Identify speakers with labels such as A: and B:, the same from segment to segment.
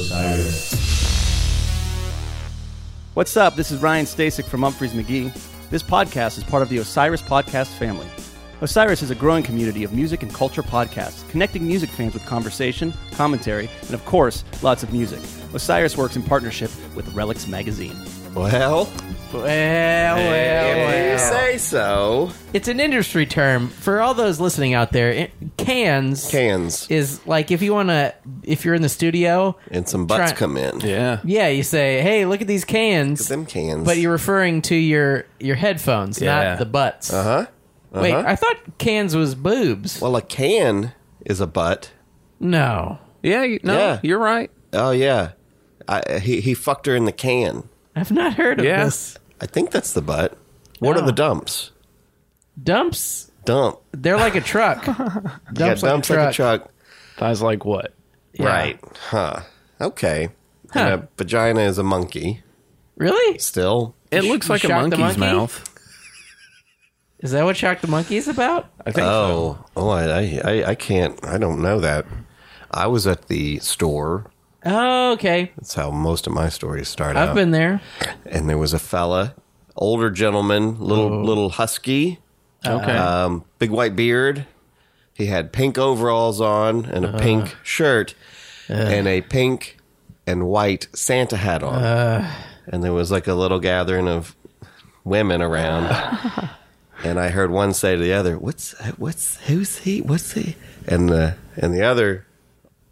A: Osiris.
B: What's up? This is Ryan Stasek from Humphreys McGee. This podcast is part of the Osiris Podcast family. Osiris is a growing community of music and culture podcasts, connecting music fans with conversation, commentary, and of course, lots of music. Osiris works in partnership with Relics Magazine.
C: Well,
D: Well, well,
C: if you
D: well.
C: say so.
D: It's an industry term for all those listening out there. it- cans,
C: Cans
D: is like if you want to, if you're in the studio,
C: and some butts
D: Try-
C: come in.
E: Yeah.
D: yeah, you say, "Hey, look at these cans,"
C: Them cans.
D: but you're referring to your your headphones,
E: Yeah.
D: not the butts.
C: Uh-huh.
D: Uh huh. Wait, I thought cans was boobs.
C: well, a can is a butt.
D: no,
E: Yeah. you- No,
C: Yeah.
E: you're right.
C: Oh yeah, I, he he fucked her in the can.
D: I've not heard of
E: Yeah.
D: this.
C: I think that's the butt. What are
D: Oh.
C: the dumps?
D: Dumps,
C: Dump.
D: they're like a truck.
C: You got
D: dumps like a
C: dumps like a
D: truck.
C: truck.
E: I was like, what?
D: Yeah.
C: Right. Huh. Okay.
D: Huh.
C: And a vagina is a monkey.
D: Really?
C: Still.
E: It looks like a
D: shocked the
E: monkey's
D: monkey?
E: mouth.
D: Is that what Shock the Monkey is about?
E: I think so.
C: Oh. Oh. I, I. I- I can't. I don't know that. I was at the store.
D: Oh, okay.
C: That's how most of my stories start out.
D: I've been there.
C: and there was a fella, older gentleman, little little husky,
E: Okay.
C: um, big white beard. He had pink overalls on and a pink shirt and a pink and white Santa hat on. and there was like a little gathering of women around. and I heard one say to the other, "What's what's who's he? What's he?" And the and the other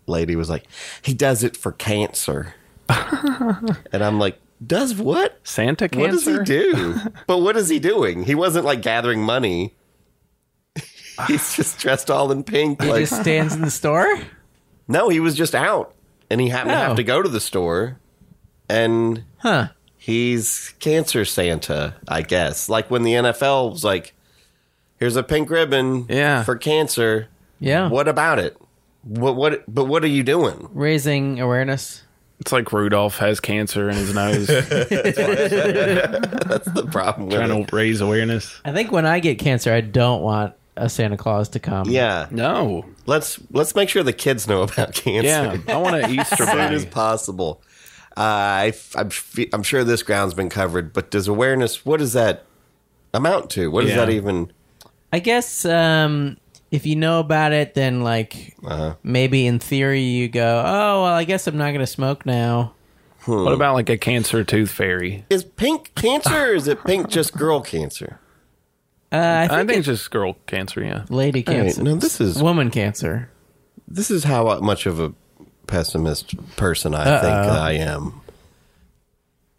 C: lady was like, "He does it for cancer." and I'm like, "Does what?"
E: Santa cancer.
C: What does he do? but what is he doing? He wasn't like gathering money. He's just dressed all in pink.
D: He
C: Like
D: just stands in the store.
C: no, he was just out, and he happened to
D: Oh.
C: have to go to the store, and
D: Huh.
C: he's cancer Santa, I guess. Like when the NFL was like, "Here's a pink ribbon,
E: Yeah.
C: for cancer."
D: Yeah.
C: What about it? What what? But what are you doing?
D: Raising awareness.
E: It's like Rudolph has cancer in his nose,
C: That's the problem. With
E: trying
C: it.
E: to raise awareness.
D: I think when I get cancer, I don't want a Santa Claus to come.
C: Yeah,
E: No.
C: let's let's make sure the kids know about cancer.
E: Yeah. I want an Easter
C: as soon as
E: bunny.
C: possible. Uh, I, I'm, fe- I'm sure this ground's been covered, but does awareness, what does that amount to? What does
E: Yeah.
C: that even,
D: I guess um, if you know about it, then like
C: Uh-huh.
D: maybe in theory you go, oh well, I guess I'm not gonna smoke now.
E: What about like a cancer tooth fairy?
C: is pink cancer or is it pink just girl cancer?
D: Uh,
E: I think, it's just girl cancer. Yeah.
D: lady cancer,
C: All right, no, this is,
D: woman cancer.
C: this is how much of a pessimist person I think I am.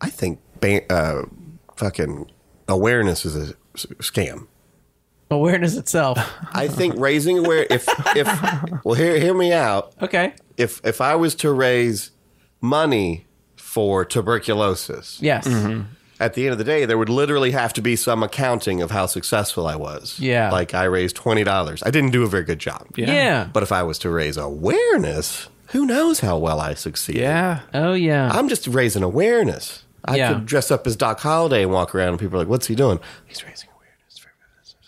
C: I think ba- uh, fucking awareness is a s- scam.
D: Awareness itself.
C: I think raising aware if if well hear hear me out.
D: Okay.
C: if if I was to raise money for tuberculosis,
D: Yes.
C: at the end of the day, there would literally have to be some accounting of how successful I was.
D: Yeah.
C: like I raised twenty dollars. I didn't do a very good job.
D: Yeah.
C: but if I was to raise awareness, who knows how well I succeeded?
E: Yeah.
D: Oh yeah.
C: I'm just raising awareness. I
D: Yeah.
C: could dress up as Doc Holliday and walk around, and people are like, "What's he doing?" He's raising awareness. For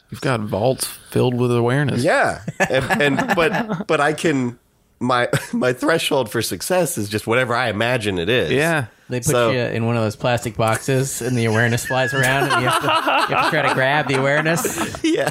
E: You've got vaults filled with awareness.
C: yeah, and, and but but I can. My my threshold for success is just whatever I imagine it is.
E: Yeah.
D: they put
C: so-
D: you in one of those plastic boxes, and the awareness flies around, and you have, to, you have to try to grab the awareness.
C: yeah.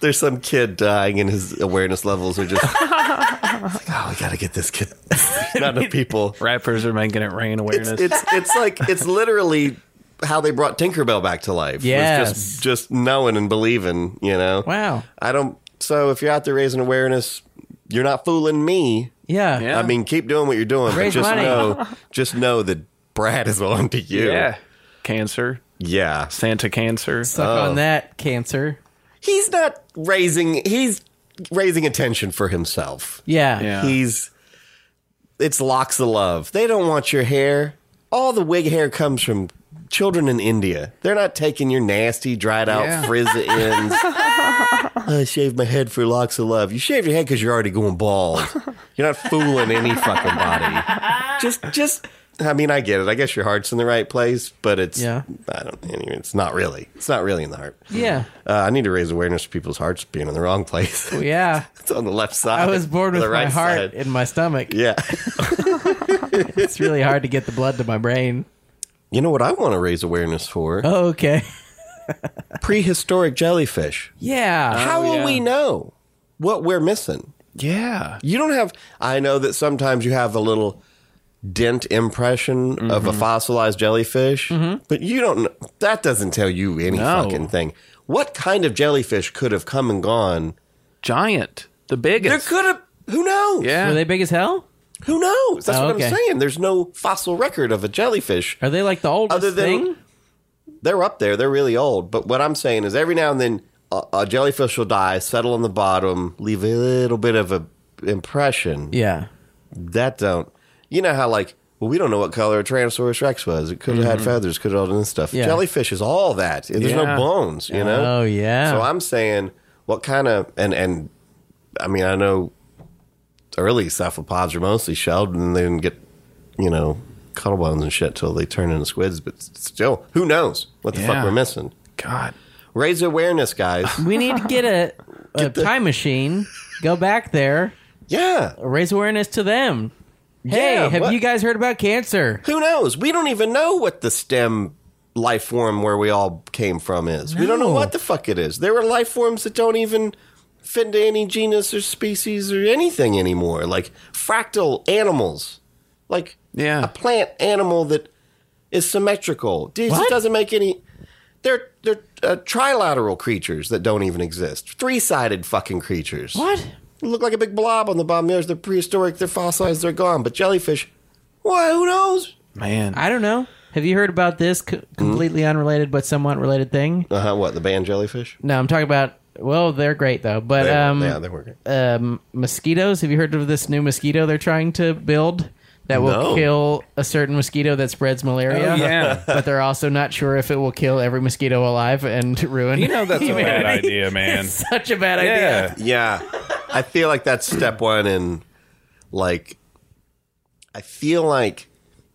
C: There's some kid dying, and his awareness levels are just. It's like, oh, we gotta get this kid. Not enough people.
E: Rappers are making it rain awareness.
C: It's, it's it's like it's literally how they brought Tinkerbell back to life. was
D: Yes.
C: just just knowing and believing. You know.
D: Wow.
C: I don't. So if you're out there raising awareness, you're not fooling me.
D: Yeah.
E: Yeah.
C: I mean, keep doing what you're doing,
D: Raise
C: but just
D: money.
C: know, just know that Brad is on to you.
E: yeah. Cancer.
C: Yeah.
E: Santa cancer.
D: Suck
C: Oh.
D: on that cancer.
C: He's not raising. He's raising attention for himself.
D: Yeah.
E: Yeah.
C: He's it's locks of love. They don't want your hair. All the wig hair comes from children in India. They're not taking your nasty, dried out
E: Yeah.
C: frizz ends. I shaved my head for locks of love. You shave your head because you're already going bald. You're not fooling any fucking body. Just, just I mean, I get it. I guess your heart's in the right place, but it's
D: Yeah.
C: I don't. Anyway, it's not really. It's not really in the heart.
D: Yeah.
C: Uh, I need to raise awareness of people's hearts being in the wrong place.
D: Yeah.
C: it's on the left side.
D: I was
C: or
D: born
C: the
D: with my
C: right
D: heart
C: side.
D: in my stomach.
C: Yeah.
D: It's really hard to get the blood to my brain.
C: You know what I want to raise awareness for?
D: Oh, okay.
C: Prehistoric jellyfish.
D: Yeah.
C: How will
E: Oh, yeah.
C: we know what we're missing?
E: Yeah.
C: You don't have. I know that sometimes you have a little dent impression of a
E: Mm-hmm.
C: fossilized jellyfish, but you don't. kn- That doesn't tell you any
E: No.
C: fucking thing. What kind of jellyfish could have come and gone?
E: Giant. The
C: There
E: biggest.
C: could have. Who knows?
E: yeah.
D: Were they big as hell?
C: Who knows? That's
D: Oh,
C: what
D: okay.
C: I'm saying. There's no fossil record of a jellyfish.
D: Are they like the oldest
C: Other than-
D: thing?
C: They're up there. They're really old. But what I'm saying is, every now and then, a, a jellyfish will die, settle on the bottom, leave a little bit of a impression.
D: Yeah.
C: that don't you know how like well we don't know what color a tyrannosaurus rex was it could have had feathers could have all done this stuff
D: Mm-hmm. Yeah.
C: jellyfish is all that there's no
E: Yeah.
C: bones you know
D: Oh, yeah.
C: so i'm saying what kind of and and i mean i know early cephalopods are mostly shelled and they didn't get you know cuddle bones and shit till they turn into squids but still who knows what the fuck
E: Yeah.
C: we're missing
E: God.
C: raise awareness guys
D: we need to get a, a time machine, go back there,
C: yeah
D: raise awareness to them. Hey,
C: Yeah,
D: have
C: what-
D: you guys heard about cancer?
C: Who knows? We don't even know what the stem life form where we all came from is. We don't know
D: No.
C: what the fuck it is. There are life forms that don't even fit into any genus or species or anything anymore. Like fractal animals. Like
E: Yeah.
C: a plant animal that is symmetrical. It just
D: What?
C: doesn't make any they're they're uh, trilateral creatures that don't even exist. Three-sided fucking creatures.
D: What?
C: They look like a big blob on the bottom. There's they're prehistoric, they're fossilized, they're gone. But jellyfish, why? Who knows?
E: Man.
D: I don't know. Have you heard about this co- completely unrelated but somewhat related thing?
C: Uh huh. What the band Jellyfish?
D: No, I'm talking about. Well, they're great though, but
C: They were-
D: um,
C: yeah, they were great.
D: um, mosquitoes. Have you heard of this new mosquito they're trying to build that will
C: No.
D: kill a certain mosquito that spreads malaria?
E: Oh, yeah.
D: but they're also not sure if it will kill every mosquito alive and ruin. You know that's
A: Bad idea, man.
D: such a bad idea.
A: Yeah.
C: Yeah, I feel like that's step one, and like, I feel like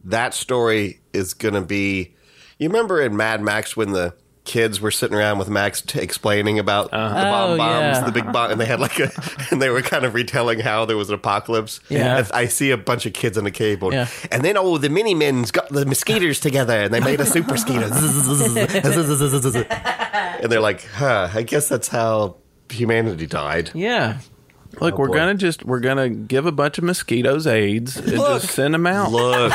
C: that story is gonna be. You remember in Mad Max when the kids were sitting around with Max t- explaining about the bomb
D: Oh,
C: bombs,
D: yeah.
C: the big bomb, and they had like a, and they were kind of retelling how there was an apocalypse.
D: Yeah.
C: I, I see a bunch of kids in a cave, going,
D: Yeah.
C: and then oh, the mini men's got the mosquitoes together, and they made a super mosquito. and they're like, huh, I guess that's how humanity died.
D: Yeah.
E: Look, we're
C: Oh, boy.
E: gonna just we're gonna give a bunch of mosquitoes AIDS and
C: Look.
E: just send them out.
C: Look,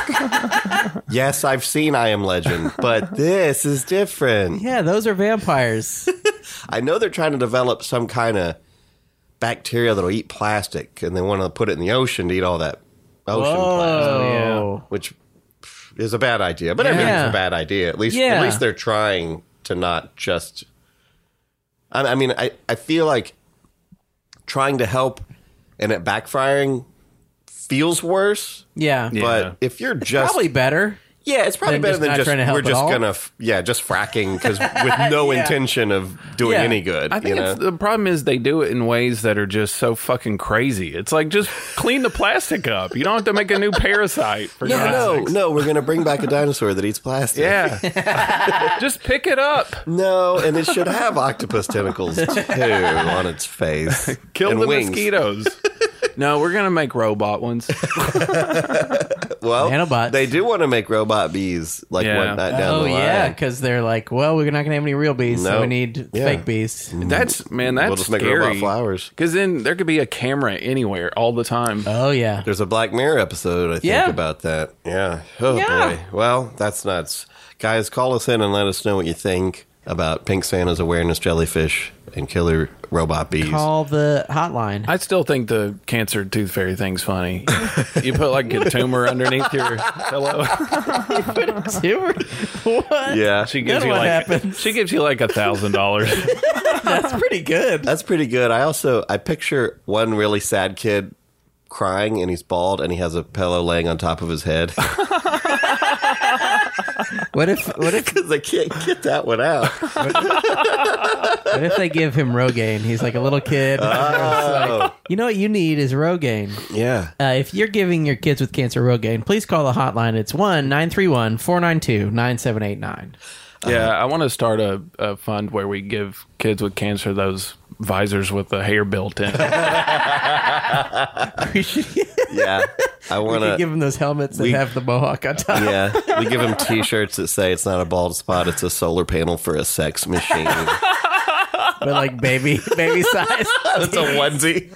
C: yes, I've seen I Am Legend, but this is different.
D: Yeah, those are vampires.
C: I know they're trying to develop some kind of bacteria that'll eat plastic, and they want to put it in the ocean to eat all that ocean plastic,
D: Oh.
C: which is a bad idea. But everything's
D: Yeah.
C: a bad idea. At least,
D: Yeah.
C: at least they're trying to not just. I, I mean, I, I feel like trying to help and it backfiring feels worse.
D: Yeah.
C: But if you're just
D: Probably better.
C: yeah, it's probably
D: than
C: better
D: just
C: than
D: not
C: just
D: trying to help
C: we're
D: at
C: just
D: all.
C: gonna f- yeah just fracking because with no intention of doing
D: Yeah.
C: any good.
E: I think
C: you
E: it's,
C: know?
E: the problem is they do it in ways that are just so fucking crazy. It's like just clean the plastic up. You don't have to make a new parasite for
C: no,
E: God's
C: no,
E: sakes.
C: no. We're gonna bring back a dinosaur that eats plastic.
E: Yeah, just pick it up.
C: No, and it should have octopus tentacles too on its face.
E: Kill
C: and
E: the
C: wings.
E: mosquitoes. no, we're gonna make robot ones.
C: Well,
D: Nanobots.
C: They do want to make robot bees like
E: Yeah.
C: one night down
D: Oh
C: the line.
D: yeah, because they're like, well, we're not gonna have any real bees, so
C: No.
D: we need
C: Yeah.
D: fake bees.
E: That's man. That's
C: Mm. We'll just make
E: scary.
C: robot flowers.
E: Because then there could be a camera anywhere all the time.
D: Oh yeah.
C: There's a Black Mirror episode, I think,
D: Yeah.
C: about that. Yeah. Oh,
D: Yeah.
C: boy. Well, that's nuts. Guys, call us in and let us know what you think about Pink Santa's awareness jellyfish and killer robot bees.
D: Call the hotline.
E: I still think the cancer tooth fairy thing's funny. you put like a tumor underneath your pillow.
D: what?
C: Yeah.
E: She gives
D: Then
E: you
D: what
E: like
D: happens?
E: she gives you like a thousand dollars.
D: That's pretty good.
C: That's pretty good. I also, I picture one really sad kid crying and he's bald and he has a pillow laying on top of his head.
D: What if what if
C: because I can't get that one out.
D: what if they give him Rogaine? He's like a little kid.
C: Oh,
D: You know what you need is Rogaine.
C: yeah.
D: Uh, if you're giving your kids with cancer Rogaine, please call the hotline. It's 1 931 492 9789.
E: Yeah, I want to start a, a fund where we give kids with cancer those visors with the hair built in.
C: Yeah. I want
D: You give
C: to.
D: them those helmets that
C: we-
D: have the mohawk on top.
C: Yeah. We give them t shirts that say it's not a bald spot, it's a solar panel for a sex machine.
D: But like baby, baby size.
C: That's a onesie.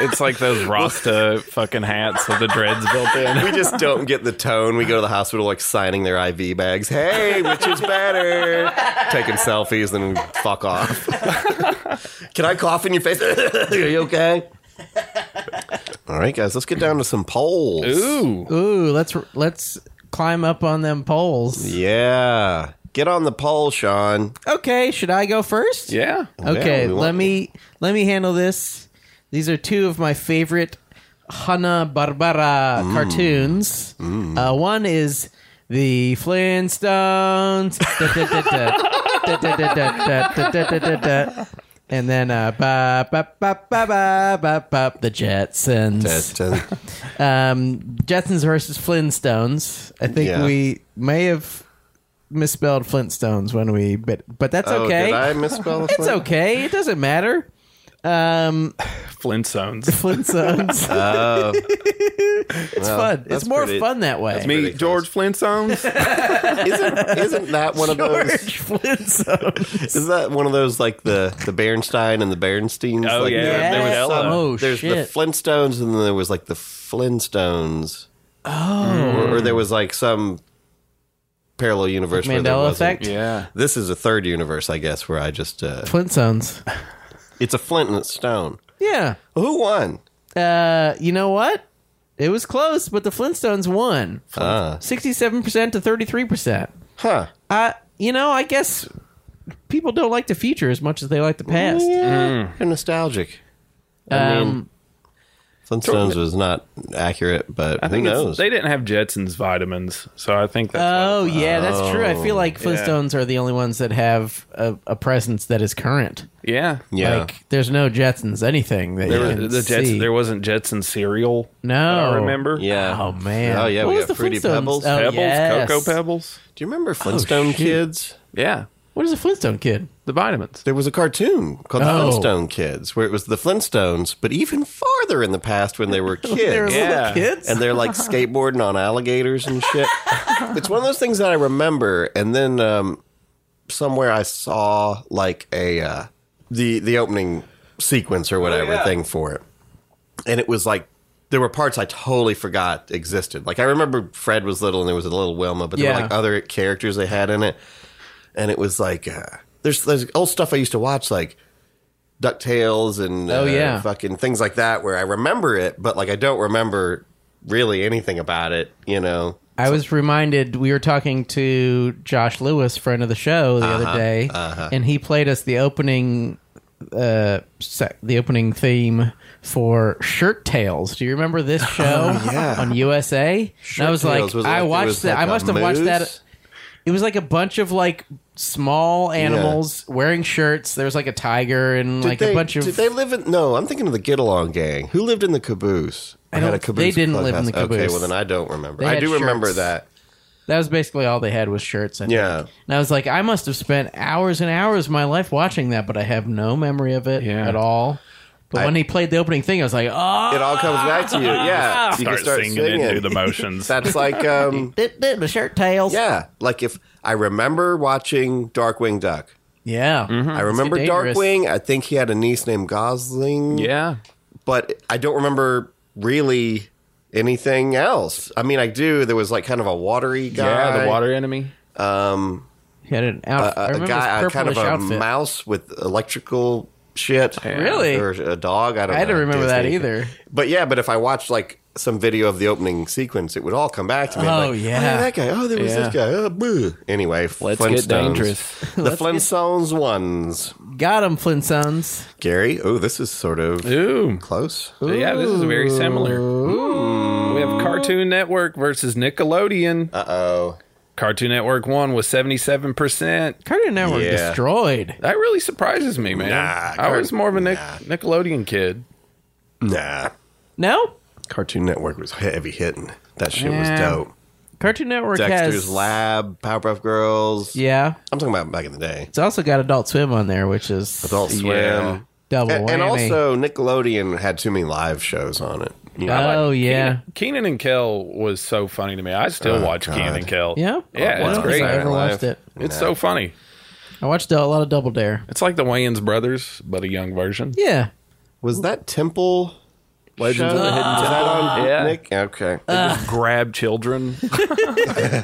E: it's like those Rasta fucking hats with the dreads built in.
C: We just don't get the tone. We go to the hospital, like signing their IV bags. Hey, which is better? Taking selfies, then we fuck off. Can I cough in your face? Are you okay? All right, guys, let's get down to some polls.
E: Ooh,
D: Ooh, let's let's climb up on them poles.
C: Yeah. Get on the poll, Sean.
D: Okay, should I go first?
E: yeah.
D: Okay,
C: we want
D: let
C: you.
D: me let me handle this. These are two of my favorite Hanna Barbera
C: Mm.
D: cartoons. Uh, one is the Flintstones, Da, da, da, da. Da, da, da, da, da, da, da, da, da. and then uh, ba, ba, ba, ba, ba, ba, ba, the Jetsons.
C: That's, uh,
D: Um, Jetsons versus Flintstones. I think
C: Yeah.
D: we may have misspelled Flintstones when we, but but that's
C: oh,
D: okay.
C: Did I misspell the
D: It's okay. It doesn't matter. Um,
E: Flintstones.
D: Flintstones. it's fun.
C: that's
D: It's more
C: pretty-
D: fun that way.
E: Me, George Flintstones.
C: Isn't, isn't that one of
D: George
C: those?
D: Flintstone.
C: Is that one of those like the the Bernstein and the Bernsteins?
E: Oh,
C: like,
E: yeah.
C: there- there was
E: Yes.
C: some-
D: Oh,
C: there's
D: shit.
C: the Flintstones, and then there was like the Flintstones. Oh, or, or there was like some parallel universe. where there
D: Mandela
C: wasn't.
D: effect.
E: yeah.
C: This is a third universe, I guess, where I just uh,
D: Flintstones.
C: it's a flint and a stone.
D: Yeah.
C: Who won?
D: Uh, you know what? It was close, but the Flintstones won.
C: Uh,
D: Sixty-seven percent to thirty-three percent.
C: huh?
D: Uh, you know, I guess people don't like the future as much as they like the past.
C: Yeah, they're nostalgic. I mean,
D: Um,
C: Flintstones was not accurate, but
E: I
C: who
E: think it's-
C: knows?
E: they didn't have Jetsons vitamins, so I think that's. Uh, why. Oh,
D: Oh yeah, that's true. I feel like
E: yeah.
D: Flintstones are the only ones that have a, a presence that is current.
E: yeah.
C: yeah,
D: Like there's no Jetsons anything that
E: There,
D: you
E: was,
D: can
E: the Jets,
D: see.
E: there wasn't Jetson cereal. that
D: No.
E: I remember.
C: yeah.
D: Oh man.
C: Oh, yeah, we
D: was
C: got
D: the
C: Fruity
D: Flintstones?
C: Pebbles.
D: Oh,
E: Pebbles,
D: yes.
E: Cocoa Pebbles.
C: Do you
D: oh,
C: remember Flintstone Kids?
E: Yeah,
D: What is a Flintstone kid?
E: the vitamins.
C: There was a cartoon called The
D: Oh.
C: Flintstone Kids, where it was the Flintstones, but even farther in the past when they were
D: They're
C: kids.
E: Yeah.
D: little kids.
C: And they're like skateboarding on alligators and shit. it's one of those things that I remember. And then um, somewhere I saw like a uh, the the opening sequence
D: Oh,
C: or whatever
E: yeah.
C: thing for it, and it was like there were parts I totally forgot existed. Like I remember Fred was little and there was a little Wilma, but there were
D: Yeah.
C: like other characters they had in it, and it was like uh, there's there's old stuff I used to watch like. DuckTales and uh,
D: Oh, yeah.
C: fucking things like that where I remember it, but like I don't remember really anything about it, you know.
D: I was reminded we were talking to Josh Lewis, friend of the show, the
C: Uh-huh.
D: other day, and he played us the opening, uh, sec- the opening theme for Shirt Tales. Do you remember this show
C: Oh, yeah.
D: on USA? and I was like,
C: Tales, was it
D: I
C: like- it
D: watched
C: was
D: that.
C: like
D: I
C: a
D: must have watched that.
C: moose?
D: It was like a bunch of like small animals wearing shirts. There was like a tiger and
C: Did
D: like
C: they,
D: a bunch of.
C: Did they live in? No, I'm thinking of the Get Along Gang. Who lived in the caboose? I
D: don't- they didn't live in the
C: clubhouse. Okay,
D: caboose.
C: well then I don't remember.
D: They
C: I
D: had
C: do remember
D: shirts.
C: that.
D: that was basically all they had was shirts. I think.
C: Yeah,
D: And I was like, I must have spent hours and hours of my life watching that, but I have no memory of it
E: Yeah.
D: at all. But when he played the opening thing, I was like, oh,
C: it all comes back to you. Yeah, you
E: Start, singing, and do the motions.
C: That's like, um,
D: did, did the shirt tails.
C: yeah, like if I remember watching Darkwing Duck.
D: Yeah.
C: I remember
D: get dangerous.
C: Darkwing. I think he had a niece named Gosling.
E: yeah,
C: but I don't remember really anything else. I mean, I do. There was like kind of a watery guy.
E: yeah, the water enemy.
D: He had an outfit. I
C: a- A,
D: remember
C: guy,
D: his
C: a kind of
D: purplish
C: a
D: outfit.
C: mouse with electrical shit.
D: Really?
C: Or a dog. I don't
D: I
C: know.
D: didn't remember that
C: Disney.
D: either.
C: But yeah, but if I watched like some video of the opening sequence, it would all come back to me. I'm
D: Oh,
C: like,
D: yeah.
C: Oh, that guy. Oh, there was
E: Yeah.
C: this guy. Oh, boo. Anyway,
E: Let's get
C: Flintstones.
E: dangerous.
C: The Flintstones ones.
D: Got him, Flintstones.
C: Gary. Oh, this is sort of
E: Ooh.
C: close.
E: Yeah, this is very similar. We have Cartoon Network versus Nickelodeon.
C: Uh oh.
E: Cartoon Network won was 77%.
D: Cartoon Network
C: Yeah.
D: destroyed.
E: That really surprises me, man.
C: Nah,
E: I
C: Cart-
E: was more of a Nic-
C: nah.
E: Nickelodeon kid.
C: Nah,
D: No,
C: Cartoon Network was heavy hitting. That shit
E: Yeah.
C: was dope.
D: Cartoon Network
C: Dexter's
D: has
C: Lab, Powerpuff Girls.
D: Yeah,
C: I'm talking about back in the day.
D: it's also got Adult Swim on there, which is
C: Adult Swim.
E: Yeah.
D: double
C: And, and
D: whammy.
C: also, Nickelodeon had too many live shows on it. You know,
D: Oh, yeah.
E: Keenan, Keenan and Kel was so funny to me. I still
C: Oh,
E: watch
C: God.
E: Keenan and Kel.
D: Yeah?
E: Yeah,
D: Oh,
E: it's
D: wow.
E: great.
D: I never
C: Saturday Night
D: watched
C: Live.
D: it.
E: It's
C: Nah.
E: so funny.
D: I watched uh, a lot of Double Dare.
E: It's like the Wayans brothers, but a young version.
D: Yeah,
C: Was that Temple
E: Legends of the Hidden
C: Is that on
E: Yeah. Uh,
C: Nick? Okay.
E: Grab children.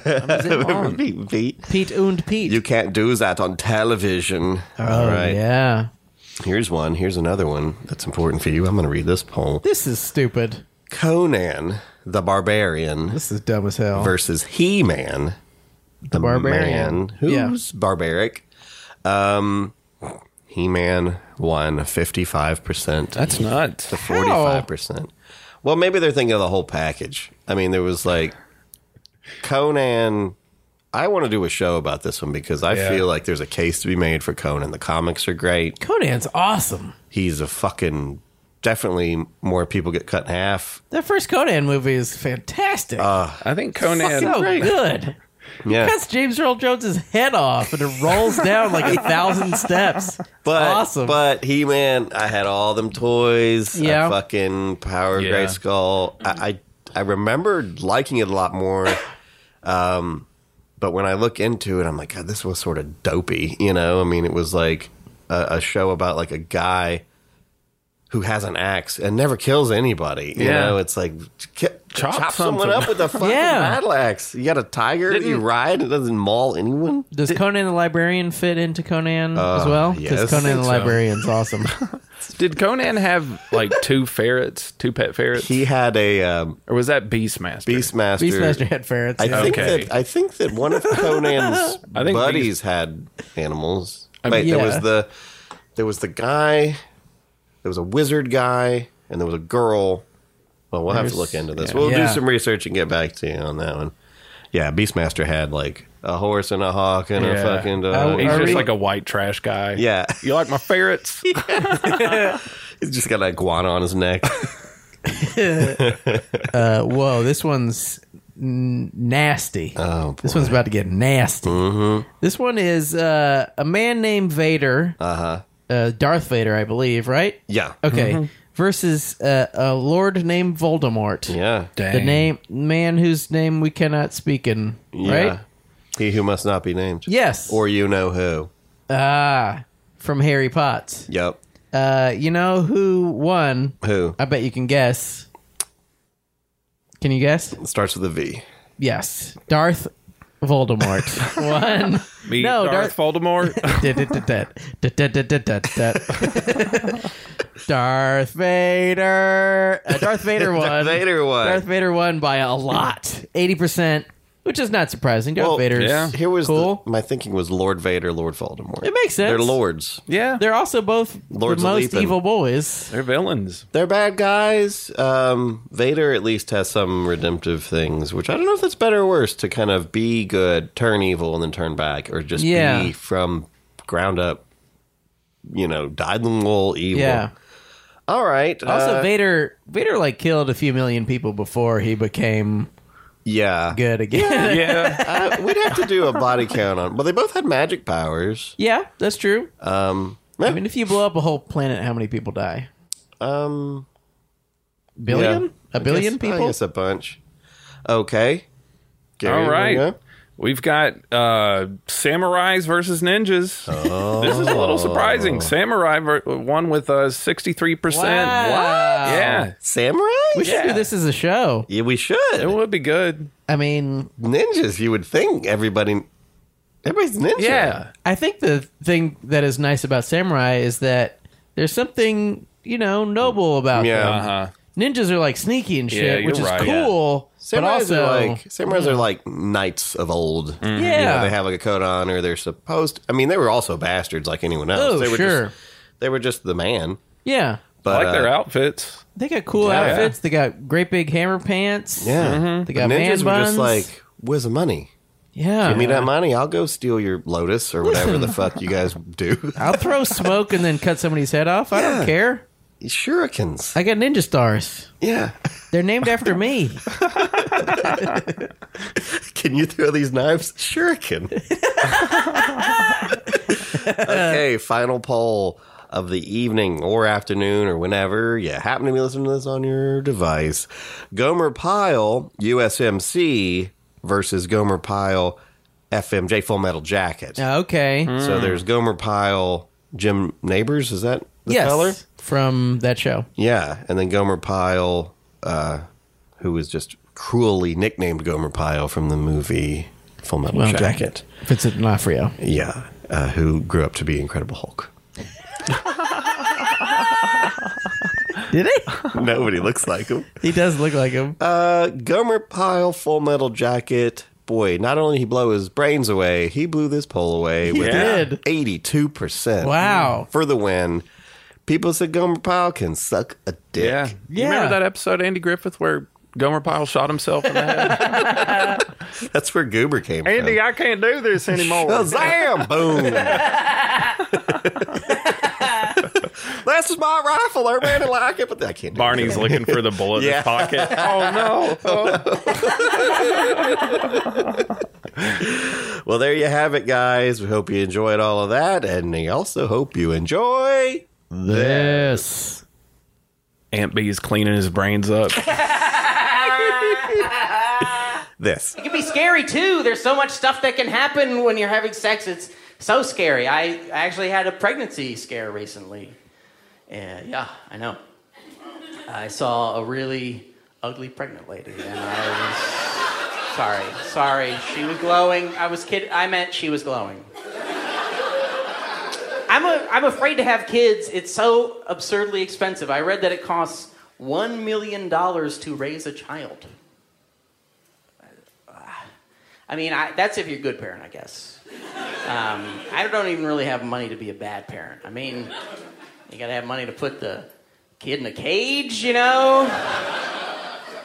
C: Beep, beep.
D: Pete und Pete.
C: You can't do that on television.
D: oh yeah,
C: Here's one. Here's another one that's important for you. I'm going to read this poll.
D: this is stupid.
C: Conan the Barbarian
D: This is dumb as hell.
C: versus He Man, the
D: Barbarian.
C: man
D: Yeah.
C: who's barbaric. Um, he Man won 55%.
E: That's nuts.
C: to 45%. Well, maybe they're thinking of the whole package. I mean, there was like Conan. I want to do a show about this one because I
E: Yeah.
C: feel like there's a case to be made for Conan. The comics are great.
D: Conan's awesome.
C: He's a fucking definitely more people get cut in half.
D: That first Conan movie is fantastic.
E: I think
D: It's
E: Conan.
D: so good.
C: Yeah.
D: Cuts James Earl Jones' head off and it rolls down like a thousand steps.
C: But
D: awesome.
C: but He Man, I had all them toys.
D: Yeah.
C: I fucking Power of
E: Yeah.
C: Gray Skull. I, I I remember liking it a lot more. Um, but when I look into it, I'm like, God, this was sort of dopey. You know, I mean, it was like a, a show about like a guy who has an axe and never kills anybody. You
E: Yeah.
C: know, it's like ki-
E: Chop
C: chop, someone
E: something.
C: up with a fucking
D: Yeah.
C: battle axe. You got a tiger that you
E: Didn't-
C: ride. It doesn't maul anyone.
D: Does Conan the Ah, Librarian fit into Conan as well?
C: yes.
D: Because Conan the
C: Think so.
D: Librarian's awesome.
E: Did Conan have like two ferrets, two pet ferrets?
C: He had a um,
E: or was that Beastmaster?
C: Beastmaster.
D: Beastmaster had ferrets.
C: I
D: yeah.
C: think
E: Okay.
C: that I think that one of Conan's
E: I think
C: buddies
E: these-
C: had animals.
E: I
C: Wait,
E: mean-
C: there
D: Yeah.
C: was the there was the guy, there was a wizard guy, and there was a girl. Well, we'll have to look into this. We'll
D: Yeah.
C: do some research and get back to you on that one. Yeah, Beastmaster had like a horse and a hawk and a
E: Yeah.
C: fucking dog.
E: Oh, He's
D: Are
E: just
D: we-
E: like a white trash guy.
C: Yeah.
E: You like my ferrets?
C: He's just got an iguana on his neck.
D: Uh, whoa, this one's n- nasty.
C: Oh, boy. Mm-hmm.
D: this one's about to get nasty. This one is uh, a man named Vader,
C: Uh-huh.
D: uh, Darth Vader, I believe, right?
C: Yeah.
D: Okay. Versus uh, a lord named Voldemort.
C: Yeah.
D: The
E: Dang.
D: name man whose name we cannot speak in,
C: Yeah.
D: right?
C: He who must not be named.
D: Yes.
C: Or you know who.
D: ah, from Harry Potts.
C: Yep.
D: Uh, you know who won?
C: Who.
D: I bet you can guess. Can you guess?
C: starts with a V.
D: Yes, Darth Voldemort won.
E: Me,
D: No,
E: Darth Voldemort.
D: Darth Vader. Uh, Darth Vader won.
C: Vader won.
D: Darth Vader won by a lot, eighty percent, which is not surprising. Darth
C: Well,
D: Vader's
E: yeah.
C: Here was
D: Cool.
C: the, my thinking was Lord Vader, Lord Voldemort.
D: It makes sense.
C: They're lords.
E: yeah.
D: They're also both
C: Lords
D: the
C: of
D: most
C: Lethan.
D: evil boys.
E: They're villains.
C: They're bad guys. Um, Vader at least has some redemptive things, which I don't know if that's better or worse to kind of be good, turn evil, and then turn back, or just
D: Yeah.
C: be from ground up, you know, dyed in the wool evil.
D: Yeah.
C: All right.
D: Also,
C: uh,
D: Vader, Vader like killed a few million people before he became
C: yeah.
D: good again.
E: Yeah.
C: Uh, we'd have to do a body count on. Well, they both had magic powers.
D: Yeah, that's true.
C: Um,
D: I mean, if you blow up a whole planet, how many people die?
C: um,
D: Billion?
C: Yeah.
D: A billion
C: guess-
D: people?
C: I guess a bunch. Okay. Gary,
E: All right.
C: there you go.
E: We've got uh, samurais versus ninjas. This is a little surprising. Samurai ver- won with uh, 63%.
D: Wow.
E: Yeah.
C: Samurai?
D: We should
E: Yeah.
D: do this as a show.
C: yeah, we should.
E: It would be good.
D: I mean,
C: ninjas, you would think everybody. Everybody's ninja.
E: Yeah.
D: I think the thing that is nice about samurai is that there's something, you know, noble about
C: Yeah.
D: them.
E: Uh huh.
D: Ninjas are like sneaky and
E: Yeah,
D: shit,
E: you're
D: which is
E: right.
D: cool.
C: Samurais,
D: But also,
C: are like, samurais are like knights of old.
E: Mm-hmm.
C: You know,
D: Yeah.
C: they have like a coat on, or they're supposed. I mean, they were also bastards like anyone else.
D: Oh,
C: they were
D: sure.
C: Just, they were just the man.
D: yeah.
E: I
C: But
E: like their
C: uh,
E: outfits.
D: They got cool
E: Yeah.
D: outfits. They got great big hammer pants.
C: Yeah.
E: Mm-hmm.
D: Mm-hmm. They got
C: ninjas were
D: man buns. Uh-huh.
C: just like, where's the money?
D: Yeah.
C: Give me that money. I'll go steal your Lotus or whatever the fuck you guys do.
D: I'll throw smoke and then cut somebody's head off. I
C: Yeah.
D: don't care.
C: Shurikens.
D: I got ninja stars.
C: Yeah.
D: They're named after me.
C: Can you throw these knives? Shuriken. okay, final poll of the evening or afternoon or whenever you happen to be listening to this on your device. Gomer Pyle USMC versus Gomer Pyle FMJ Full Metal Jacket.
D: Okay.
E: Mm-hmm.
C: So there's Gomer Pyle Jim Neighbors. Is that the
D: yes.
C: feller?
D: From that show.
C: Yeah, and then Gomer Pyle, uh, who was just cruelly nicknamed Gomer Pyle from the movie Full Metal
D: Well,
C: Jacket.
D: Vincent D'Onofrio.
C: Yeah, uh, who grew up to be Incredible Hulk.
D: Did he?
C: Nobody looks like him.
D: he does look like him.
C: Uh, Gomer Pyle, Full Metal Jacket. Boy, not only did he blow his brains away, he blew this poll away with
D: did.
C: 82%.
D: Wow.
C: For the win. People said Gomer Pyle can suck a dick.
E: Yeah. You
D: Yeah.
E: remember that episode, Andy Griffith, where Gomer Pyle shot himself in the head?
C: That's where Goober came
E: Andy,
C: from.
E: I can't do this anymore.
C: Zam! Boom! That's my rifle. I ran it like it, but I can't do
E: Barney's
C: it.
E: looking for the bullet
C: Yeah.
E: in his pocket. Oh, no.
C: Well, there you have it, guys. We hope you enjoyed all of that, and we also hope you enjoy.
D: This.
E: Aunt B is cleaning his brains up.
C: This.
A: It can be scary too. There's so much stuff that can happen when you're having sex. It's so scary. I I actually had a pregnancy scare recently. And yeah, I know. I saw a really ugly pregnant lady, and I was sorry, sorry. She was glowing. I was kidding. I meant she was glowing. I'm a, I'm afraid to have kids. It's so absurdly expensive. I read that it costs one million dollars to raise a child. I mean, I, that's if you're a good parent, I guess. Um, I don't even really have money to be a bad parent. I mean, you gotta have money to put the kid in a cage, you know?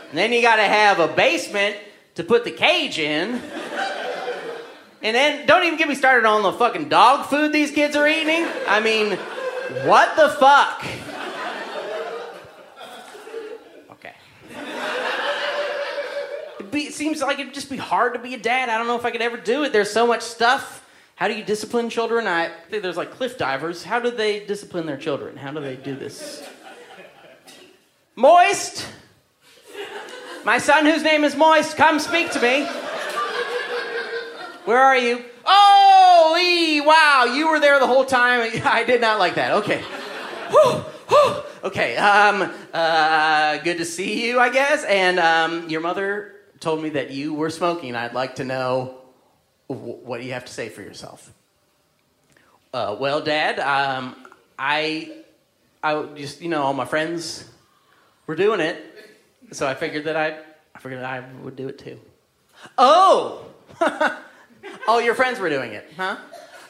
A: And then you gotta have a basement to put the cage in. And then don't even get me started on the fucking dog food these kids are eating. I mean, what the fuck? Okay. It'd be, it seems like it'd just be hard to be a dad. I don't know if I could ever do it. There's so much stuff. How do you discipline children? I think there's like cliff divers. How do they discipline their children? How do they do this? Moist! My son, whose name is Moist, come speak to me. Where are you? Holy wow, you were there the whole time. I did not like that. Okay. Whew, whew. Okay, um, uh, good to see you, I guess. And um, your mother told me that you were smoking. I'd like to know wh- what you have to say for yourself. Uh, well, Dad, um, I, I just, you know, all my friends were doing it, so I figured that I, I figured that I would do it too. Oh, all your friends were doing it, huh?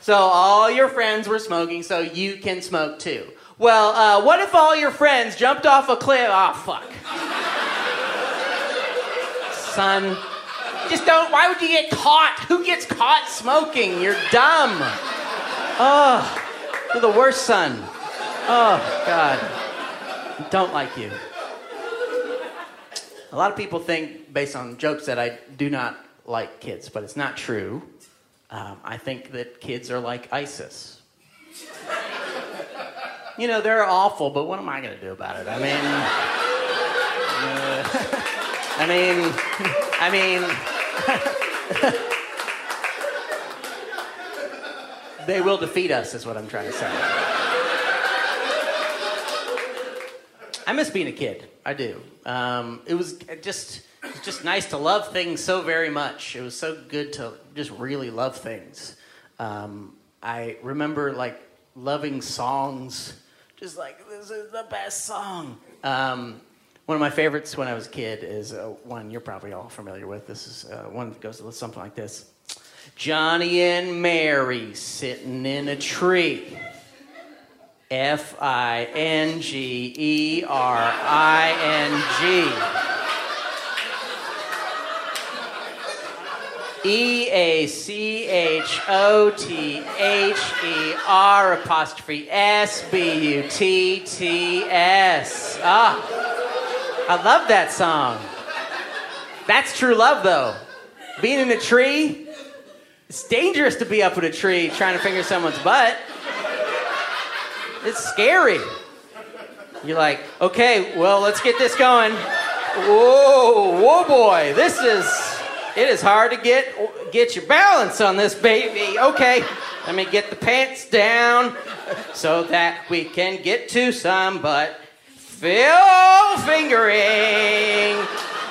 A: So all your friends were smoking, so you can smoke too. Well, uh, what if all your friends jumped off a cliff? Ah, fuck. Son, just don't. Why would you get caught? Who gets caught smoking? You're dumb. Oh, you're the worst son. Oh, God. Don't like you. A lot of people think, based on jokes, that I do not like kids, but it's not true. Um, I think that kids are like ISIS. you know, they're awful, but what am I going to do about it? I mean, uh, I mean, I mean, they will defeat us, is what I'm trying to say. I miss being a kid. I do. Um, it was just it's just nice to love things so very much. It was so good to just really love things. Um, I remember like loving songs, just like this is the best song. Um, one of my favorites when I was a kid is uh, one you're probably all familiar with. This is uh, one that goes something like this: Johnny and Mary sitting in a tree. F I N G E R I N G. E A C H O T H E R apostrophe S B U T T S. Ah, I love that song. That's true love, though. Being in a tree, it's dangerous to be up in a tree trying to finger someone's butt. It's scary. You're like, okay, well, let's get this going. Whoa, whoa, boy, this is it is hard to get get your balance on this baby. Okay, let me get the pants down so that we can get to some butt. Phil fingering.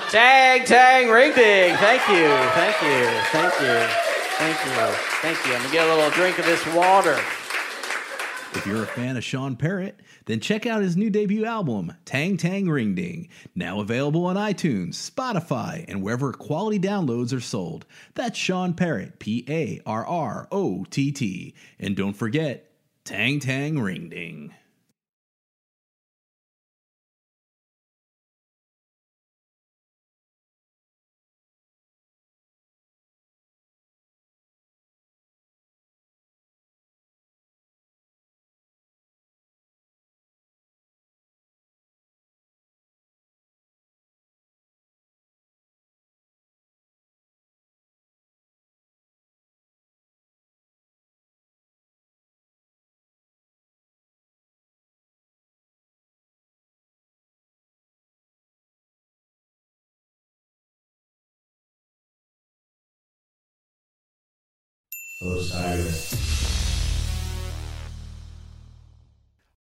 A: Tag, tag, ring ding. Thank you, thank you, thank you, thank you, thank you. I'm gonna get a little drink of this water.
F: If you're a fan of Sean Parrott, then check out his new debut album, Tang Tang Ring Ding, now available on iTunes, Spotify, and wherever quality downloads are sold. That's Sean Parrott, P A R R O T T. And don't forget, Tang Tang Ring Ding.
G: Osiris.